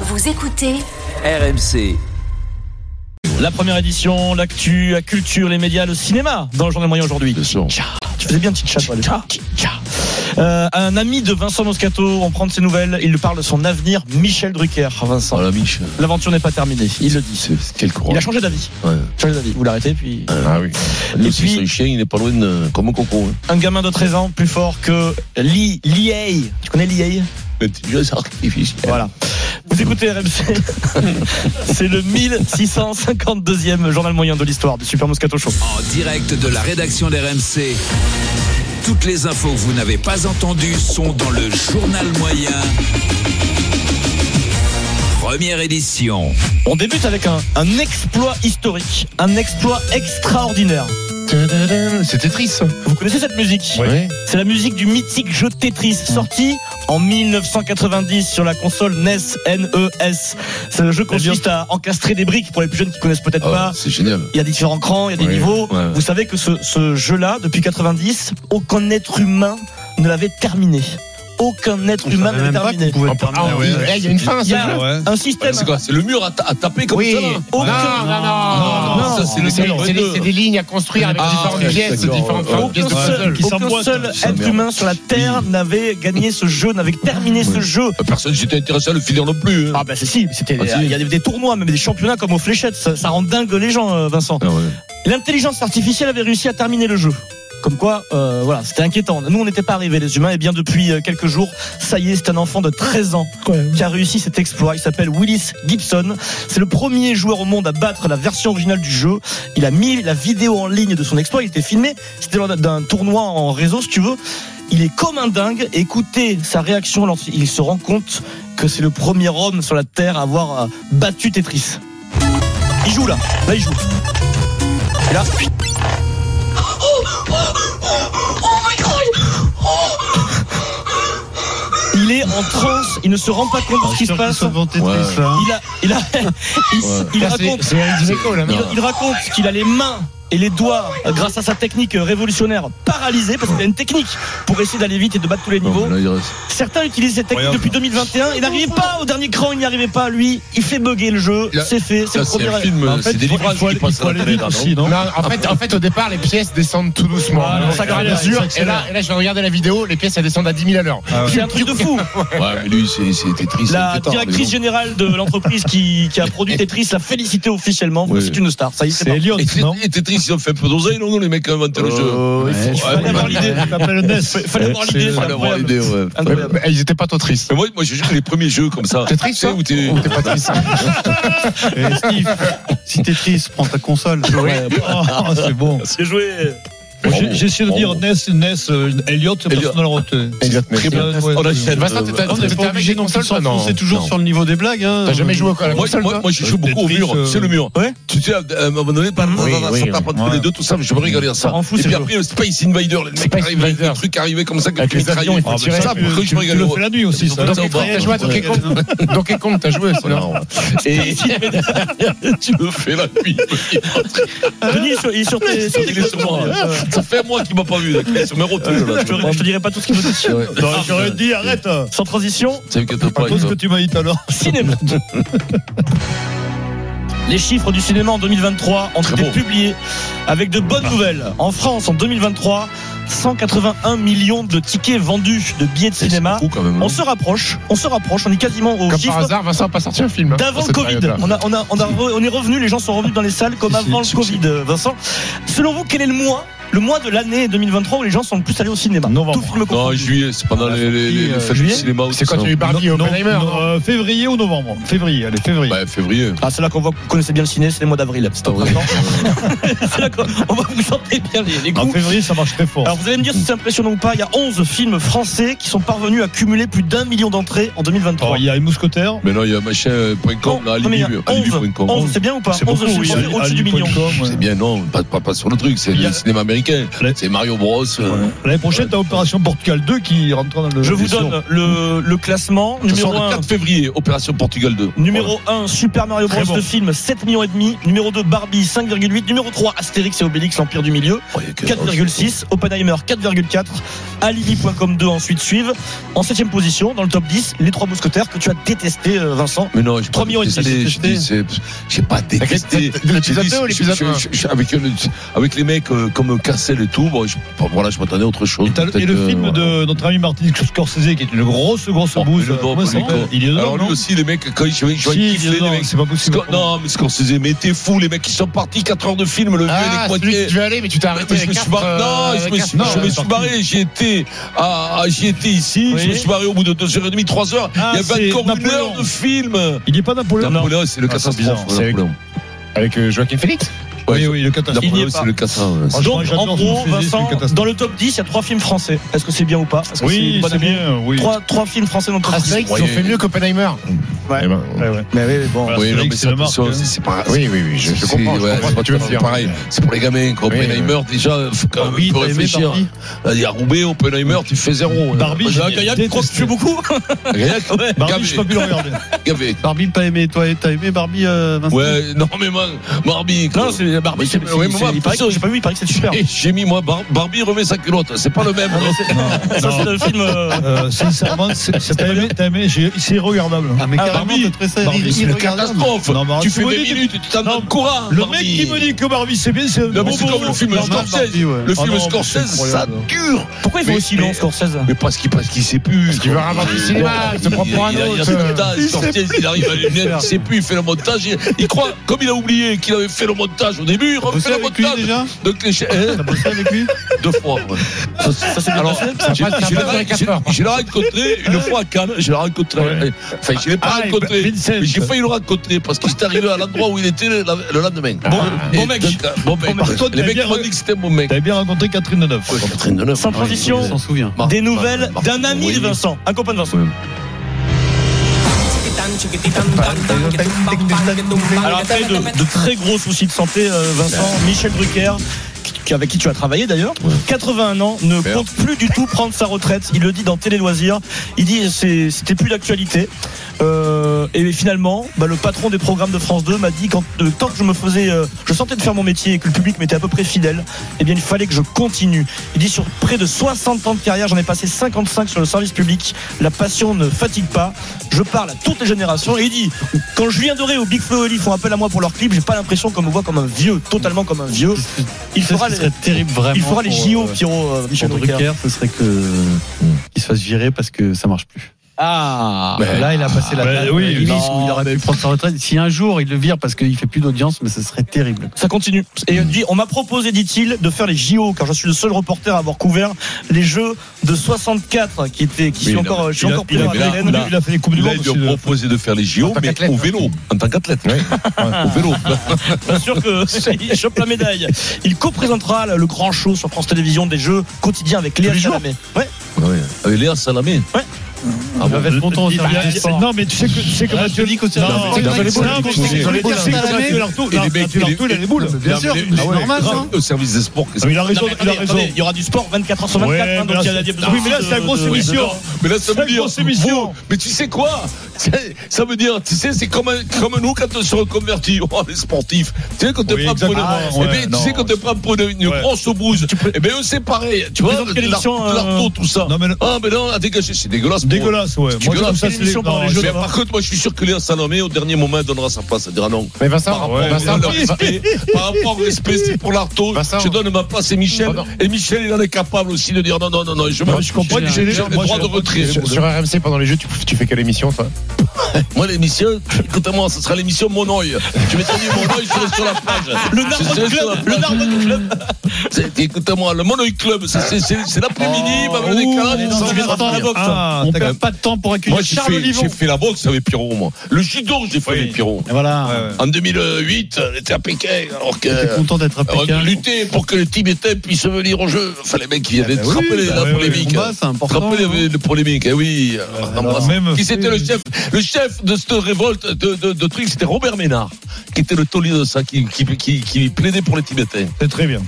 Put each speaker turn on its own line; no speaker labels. Vous écoutez
RMC.
La première édition, l'actu, la culture, les médias, le cinéma dans le journal moyen aujourd'hui. Tcha, Tu faisais bien petit chat, toi, le tcha, tcha. Euh, un ami de Vincent Moscato, on prend de ses nouvelles, il lui parle de son avenir, Michel Drucker. Ah, Vincent,
Voilà, Mich.
l'aventure n'est pas terminée, il le dit.
C'est quel
Il a
courage.
changé d'avis, Euh,
Ouais.
changé d'avis. Vous l'arrêtez, puis...
Ah oui.
Et
Le petit
puis-
son chien, il n'est pas loin de, comme un coco. Hein.
Un gamin de 13 ans, plus fort que Li, Liei. Tu connais Liei
L'intelligence artificielle.
Voilà. Vous écoutez RMC, c'est le 1652e journal moyen de l'histoire du Super Moscato Show.
En direct de la rédaction d'RMC. Toutes les infos que vous n'avez pas entendues sont dans le journal moyen. Première édition.
On débute avec un, un exploit historique, un exploit extraordinaire.
C'est Tetris. ça.
Vous connaissez cette musique
Ouais.
C'est la musique du mythique jeu Tetris, sorti en 1990 sur la console E NES NES. Ce jeu consiste à encastrer des briques pour les plus jeunes qui connaissent peut-être
Ah,
pas.
c'est génial.
Il y a différents crans, il y a des
Ouais,
niveaux.
ouais.
Vous savez que ce, ce jeu-là, depuis 90, aucun être humain ne l'avait terminé. Aucun être humain ne l'avait terminé.
Ah oui. Eh, Il y a une fin.
Il y a un système.
C'est quoi C'est le mur à, ta- à taper comme ça là
Aucun-
non,
non.
ça c'est le
C'est
mur.
c'est des, c'est des lignes à construire avec
Ah,
différentes
ok,
pièces,
d'accord.
différentes
Aucun
pièces de
Aucun
puzzle.
seul, aucun seul
Ça
être
merde.
humain sur la Terre n'avait gagné ce jeu, n'avait terminé ce
Oui.
jeu.
Euh, Personne s'était intéressé à le finir non plus. hein.
Ah bah c'est si, c'était
Ah, si.
il y a des, des tournois, même des championnats comme aux fléchettes, ça, ça rend dingue les gens, euh, Vincent.
Ah ouais.
L'intelligence artificielle avait réussi à terminer le jeu. Comme quoi, euh, voilà, c'était inquiétant. Nous, on n'était pas arrivés, les humains. Et bien, depuis euh, quelques jours, ça y est, c'est un enfant de 13 ans qui a réussi cet exploit. Il s'appelle Willis Gibson. C'est le premier joueur au monde à battre la version originale du jeu. Il a mis la vidéo en ligne de son exploit. Il était filmé. C'était lors d'un tournoi en réseau, si tu veux. Il est comme un dingue. Écoutez sa réaction lorsqu'il se rend compte que c'est le premier homme sur la Terre à avoir euh, battu Tetris. Il joue là. Là, il joue. Et là, il est en transe. Il ne se rend pas compte de ce qui se passe.
Ouais.
Il a, il a, il,
Ouais.
il
Là, c'est-
raconte,
C'est Eric Dimeco, là, non
il, il raconte qu'il a les mains et les doigts, euh, grâce à sa technique euh, révolutionnaire, paralysés parce qu'il a une technique pour essayer d'aller vite et de battre tous les
Non,
niveaux.
mais là, il reste-
Certains utilisent cette technique depuis 2021. Il n'arrivait pas au dernier cran, il n'y arrivait pas. Lui, il fait bugger le jeu.
Là,
C'est fait, c'est le
là, c'est
premier.
un film,
En fait,
c'est des
il faut-
livrages
il faut
qui
aller-
passent
il faut
à la
aller
télé,
vite
là,
aussi,
non
non
Non, en fait, en fait, au départ, les pièces descendent tout doucement.
Ah,
Alors,
ça
au fur et à
gravite,
mesure,
ça
et
accélère.
là, et là, je regardais la vidéo, les pièces, elles descendent à 10 000 à l'heure.
C'est un truc de fou.
Ouais, mais lui, c'est- c'était triste.
La directrice générale de l'entreprise qui, qui a produit Tetris l'a félicité officiellement. Vous,
Oui.
C'est une star. Ça y est, c'est
C'est Elliot, non
Et Tetris, ils ont fait un peu d'oseille, non, non, les mecs qui ont inventé le jeu.
Ouais,
parti.
je-
Fallait avoir l'idée.
Il m'appelle Ness.
Fallait avoir
C'est-
l'idée. c'est
Fallait avoir
incroyable.
l'idée, ouais.
Incroyable.
Eh, Ils étaient pas trop tristes.
Mais moi, moi, je joue les premiers jeux comme ça.
T'es
Tu
triste,
sais,
toi Oh.
où t'es.
Ou t'es pas triste
Eh, Steve, si t'es triste, prends ta console.
Ouais.
Oh, c'est bon.
C'est joué.
Bravo.
J'ai- J'ai essayé de dire
Bravo.
Ness, Ness, euh, Elliot, personne ne l'a retenu.
Très bien.
Ouais.
On a-
Vincent, t'es-
On n'est
t'étais
pas
avec
obligé
des
non plus de
consoles, toi, non
s'enfoncer toujours
Non.
sur le niveau des blagues. hein.
T'as jamais joué à la
Moi,
console,
moi,
toi
moi, je joue beaucoup au
Tetris,
mur,
euh,
c'est le mur. Ah,
ouais.
Tu sais, à un moment donné, par
Oui,
ça
oui.
tape entre
Ouais.
les deux, tout ça, mais je me régalais à ça.
rend fou,
Et
ces
puis
jeux.
après, le Space Invader, le mec
Space
arrive avec
Invader.
des trucs arrivés comme ça, que
Avec
tu
les
mitraillais.
avions, il faut
Ah, mais
tirer.
Ça,
Tu-
par contre,
tu-
je me
tu le fais
régalais.
la nuit aussi, ça.
Donkey
ça,
Kong,
bah,
t'as joué à
ouais.
Donkey Kong Donkey Kong, t'as joué, c'est
Non. Et tu le fais la nuit.
Denis, il est sur- il est sur tes- sur tes
Il est sur moi. Ça fait un mois qu'il m'a pas vu, là, qu'il est sur mes rotules. là.
Je te- je te dirai pas tout ce qu'il veut dire.
Ouais.
J'aurais dit, arrête.
Sans transition,
C'est que t'as pas
Raconte ce que tu m'as dit tout à l'heure.
cinéma. Les chiffres du cinéma en 2023 ont
Très
été
beau.
publiés avec de bonnes nouvelles. En France, en 2023, 181 millions de tickets vendus de billets de
C'est
cinéma.
beaucoup, quand même,
On
hein.
se rapproche, on se rapproche, on est quasiment au
Comme par
chiffre
hasard, Vincent a pas sorti un film. hein,
d'avant
dans
le
cette
Covid.
période-là.
On, a- on, a- on, a re- on est revenu, les gens sont revenus dans les salles comme
Si,
avant le
si,
Covid, euh, Vincent. Selon vous, quel est le mois, le mois de l'année 2023 où les gens sont le plus allés au cinéma
Novembre.
Tout film
Non, en
confondu.
juillet, c'est pendant les, les, les, les fêtes du
Juillet
cinéma aussi.
euh, C'est quand
ça.
tu as eu Barbie et
Non, non,
Oppenheimer
non, euh, Février ou novembre Février, allez, février.
Bah, février.
Ah, c'est là qu'on voit que vous connaissez bien le ciné, c'est les mois d'avril. C'est au
Ouais.
printemps. C'est là qu'on on va vous sentir bien les, les
En
coups.
février, ça marche très fort.
Alors vous allez me dire si c'est impressionnant ou pas, il y a 11 films français qui sont parvenus à cumuler plus d'un million d'entrées en 2023.
Oh,
Alors, Il y a les mousquetaires.
Mais non, il y a machin.com, là,
Oh, Non, mais il y a
alibi.com.
11, 11, c'est bien ou pas 11 films
oui,
français
Ali-
au-dessus du million.
Ali.com, ouais.
C'est bien, non, pas, pas, pas sur le truc, c'est
Il y a-
le cinéma américain. C'est Mario Bros. euh,
L'année prochaine, t'as Opération Portugal 2 qui rentre dans le.
Je vous
Bien sûr.
donne le, le classement.
Ça sort
Numéro
le
1,
4 février, Opération Portugal 2.
numéro 1 Super Mario Bros.
Très bon.
de film, 7 millions et demi. Numéro 2, Barbie, 5,8. Numéro 3, Astérix et Obélix, l'Empire du Milieu,
Voilà.
4,6. Oppenheimer, 4,4. Alibi.com 2 ensuite suivent. En 7ème position, dans le top 10, Les Trois Mousquetaires que tu as détesté, euh, Vincent.
Mais non, j'ai pas
3 millions et
détesté,
dix,
j'ai dit, c'est- J'ai pas détesté.
T'inquiète, l'épisode
J'ai dit,
deux ou
je-
l'épisode
je-
un
je- je- avec, le- avec les mecs euh, comme Cassel et tout, bon, je, bon, voilà, je m'attendais à autre chose.
Et t'as le- et
Peut-être,
le film
euh,
de notre ami Martin Scorsese qui est une grosse grosse
Oh,
bouse.
il est dedans,
Comment il
Martin.
s'appelle Il est dedans,
Alors lui
non
aussi, les mecs, quand ils je vois
Si, il est
kiffer les
dedans,
mecs.
c'est pas possible.
Sco- Non, mais Scorsese, mais t'es fou, les mecs, ils sont partis 4 heures de film, le vieux
Ah,
avec
celui
moitié.
que tu veux aller, mais tu t'es arrêté. euh,
Mais je me suis barré. Non, je me suis, je me suis barré. J'y étais, à, à- j'y étais ici.
Oui.
Je me suis barré au bout de 2h30, 3h.
Ah,
Il y avait
c'est
encore une
Napoléon.
heure de film.
Il est pas Napoléon. non.
Napoléon, c'est le
Ah, c'est
catastrophe.
bizarre.
C'est avec-
Napoléon.
Avec euh, Joaquin Phoenix
Oui
Ouais,
oui, le catastrophe.
Il n'y est
Napoléon,
pas.
c'est le catastrophe.
Ah, je
Donc,
crois que j'adore
en gros,
ce film, c'est une
Vincent,
catastrophe.
dans le top 10, il y a 3 films français. Est-ce que c'est bien ou pas Est-ce que
Oui,
une bonne
c'est
idée
bien. Oui. Ah,
3, films français dans le top 10.
Astérix, ils ont
Voyez.
fait mieux qu'Oppenheimer.
Ouais.
Eh ben,
Ouais, ouais.
Mais oui, mais bon.
Voilà,
Oui,
Astérix,
non, mais
c'est la
ça,
marque,
ça, c'est-
hein.
c'est pas.
Oui, oui, oui, je, je
c'est-
comprends. je
ouais,
comprends ce
c'est
que tu veux me dire.
Pareil, c'est pour les gamins. quoi.
Oui,
Oppenheimer, déjà, faut quand même
Barbie,
faut
t'as aimé
réfléchir.
Barbie
Il y a Roubaix, Oppenheimer, tu fais zéro. hein.
Barbie, j'ai
Gaillac,
détesté.
croque-tu
Beaucoup
Gaillac,
Barbie, je sais pas plus le regarder.
gavé.
Barbie, t'as aimé, toi, t'as aimé Barbie, euh, Vincent
Ouais, non, mais moi, Barbie. quoi.
Non, c'est Barbie, c'est
c'est- ouais, mais moi,
il paraît que- J'ai pas vu, il paraît que c'est super.
Et j'ai mis, moi, Bar- Barbie remet sa culotte. C'est pas le même. hein.
Ça, c'est le film. euh,
Euh, Sincèrement, c'est- c'est- t'as aimé, t'as aimé, j'ai- c'est regardable.
Ah, mais carrément,
Barbie.
t'as trouvé ça
Barbie, c'est
C'est une
irregardable.
catastrophe.
Non, mais
tu
arrête,
fais
vous
20
dites-
minutes, tu t'en
Non,
donnes courant.
Le
Barbie.
mec qui me dit que Barbie c'est bien, c'est un
Non, mais
gros
c'est comme
bobo.
le film
Non,
Scorsese.
Barbie, ouais.
Le
Ah
film
non,
Scorsese,
c'est
ça
incroyable.
dure.
Pourquoi il
Mais-
faut aussi long,
mais-
Scorsese
Mais parce qu'il parce qu'il sait plus.
qu'il veut ramasser le cinéma, il se prend pour un
il- il- il-
autre.
Il, a- putain, Scorsese, il arrive à lunettes, il sait plus, il fait le montage. Il, il croit, comme il a oublié qu'il avait fait le montage au début, il
Bossé
refait le
avec lui,
montage.
déjà
Donc les cha- hein,
T'as bossé avec lui
deux fois. ouais. Ça, c'est Alors, j'ai-
passe- ça
je l'ai-
passe dans les quatre
je-
heures.
je l'ai rencontré une fois à Cannes, je l'ai rencontré. Enfin, je l'ai pas
Ah,
rencontré.
Vincent.
Mais j'ai failli le rencontrer parce qu'il est arrivé à l'endroit où il était le, la- le lendemain.
Bon,
Et
bon mec.
donc, euh, bon mec.
Par contre,
les
t'as
mecs
bien-
m'ont dit que c'était mon mec.
T'avais bien rencontré Catherine Deneuve.
Catherine Deneuve.
Sans transition,
On s'en souvient.
Mar-
des nouvelles
Mar-
d'un
Mar-
ami de
oui.
Vincent, un copain de Vincent. Alors après de, de très gros soucis de santé, euh, Vincent, Michel Drucker. qui- Avec qui tu as travaillé d'ailleurs, 81 ans, ne
Merde.
compte plus du tout prendre sa retraite. Il le dit dans Télé Loisirs. Il dit c'est- c'était plus d'actualité. Euh, et finalement, bah, le patron des programmes de France 2 m'a dit quand euh, tant que je me faisais, euh, je sentais de faire mon métier et que le public m'était à peu près fidèle, eh bien il fallait que je continue. Il dit sur près de 60 ans de carrière, j'en ai passé 55 sur le service public. La passion ne fatigue pas. Je parle à toutes les générations et il dit quand Julien Doré ou Big Flo et Oli font appel à moi pour leur clip, j'ai pas l'impression qu'on me voit comme un vieux, totalement comme un vieux. Il
Ce
fera
qui
les,
serait terrible, vraiment.
il fera les
pour,
JO,
euh,
Pierrot, euh, Michel
Pour
Drucker.
Drucker, ce serait que qu'il se fasse virer parce que ça marche plus.
Ah
Mais-
Là, il a passé la
bah,
date.
oui,
il,
non.
est- il aurait pu prendre sa retraite. Si un jour il le vire parce qu'il fait plus d'audience, mais ce serait terrible.
Ça continue. Et il dit, on m'a proposé, dit-il, de faire les JO, car je suis le seul reporter à avoir couvert les Jeux de 64, qui étaient, qui
Oui,
sont
non,
encore, je suis
il a-
encore
il
plus
a-
en
mais là,
haleine.
là,
Il a fait les coupes du
Là,
monde.
ils lui
aussi,
ont
le-
proposé de faire les JO,
En tant
mais
qu'athlète.
au vélo, en tant qu'athlète. Au vélo.
Bien sûr que il chope la médaille. Il co-présentera le grand show sur France Télévisions des Jeux quotidiens avec Léa
les jours
Salamé. Ouais.
Ouais. Avec Léa Salamé.
Ouais.
Ah bon.
être content au
Il-
service
il-
des sports.
Non, mais tu sais que, tu sais que
Là,
Mathieu
je dis qu'au service
Non,
des
non,
sports,
mais
il
c'est
a les boules.
impossible.
Il a les
J'allais dire,
boules.
c'est que
Il a les
Mathieu Lartaud-
Et les mecs, et
Mathieu
les-
Lartaut, il a les boules.
Non, mais les-
c'est
les-
normal,
les-
hein.
Au service des sports, qu'est-ce
Ah,
que
mais Il a raison,
Non, mais
il a
attendez,
raison.
attendez, il y aura du sport 24 h sur 24,
Ouais,
donc
mais là,
il y a la
c'est-
diapositive
Oui, mais là, c'est la
de-
grosse
de-
émission.
Mais là, ça
C'est
veut
une
dire.
grosse émission.
Wow. Mais tu sais quoi C'est- Ça veut dire, tu sais, c'est comme, un- comme nous quand on se reconvertit. Oh, les sportifs. Tu sais, quand
Oui,
on prend pour une,
exactement.
eh
Ouais,
ben,
non.
tu sais, quand on prend pour une, une
Ouais.
grosse bouse, eh bien, c'est pareil. Tu vois,
présentes quelle émission,
l'art- l'arto, tout ça.
euh, Non, mais le-
Ah, mais non, à dégager, c'est dégueulasse. pour-
Dégueulasse, ouais. Moi, je trouve ça, c'est
Émission pendant
non,
les Jeux.
c'est-
Mais par contre, moi, je suis sûr que Léa Salamé, au dernier moment, elle donnera sa place. Elle dira non.
Mais
Ah
Par
Vincent,
rapport,
Vincent,
au- le respect, par rapport au respect, c'est pour l'Arto.
Vincent.
Je donne ma place à Michel.
Pardon.
et Michel, il en est capable aussi de dire non, non, non, non. Je,
Non, mais je comprends que j'ai les-
le
moi,
droit
je-
de retrait.
sur, sur RMC pendant les jeux, tu, tu fais quelle émission toi
Moi, l'émission, écoute à moi, ce sera l'émission Mon oeil. Je vais te dire Mon oeil, je serai sur la plage.
Le
Je
Narbonne
serai sur la
Club, le
plage.
Narbonne Club.
C'est- Écoute à moi, le Mon oeil Club, c'est- c'est c'est- c'est l'après-midi,
Oh,
va me décaler.
ouh,
ça
tu
va
viens de
revenir.
faire la boxe.
Ah,
On
t'as
perd
quand même pas de temps pour
Moi,
accueillir
j'ai
Charles
fait,
Olivon.
j'ai fait la boxe avec Pierrot, moi. Le judo, j'ai fait avec Pierrot.
Voilà.
En 2008, on était à Pékin, alors que.
T'es content d'être à
Alors,
Pékin.
lutter pour que les Tibétains puissent venir au jeu. Enfin, les mecs, qui avaient
oui,
rappelé
bah
la
oui,
polémique.
le combat, c'est important,
Rappelez
hein. Bah,
la polémique, eh oui. On
alors,
embrasse.
même-
qui c'était le chef Le chef de cette révolte de, de, de trucs, c'était Robert Ménard, qui était le taulier de ça, qui, qui, qui, qui plaidait pour les Tibétains.
C'est très bien.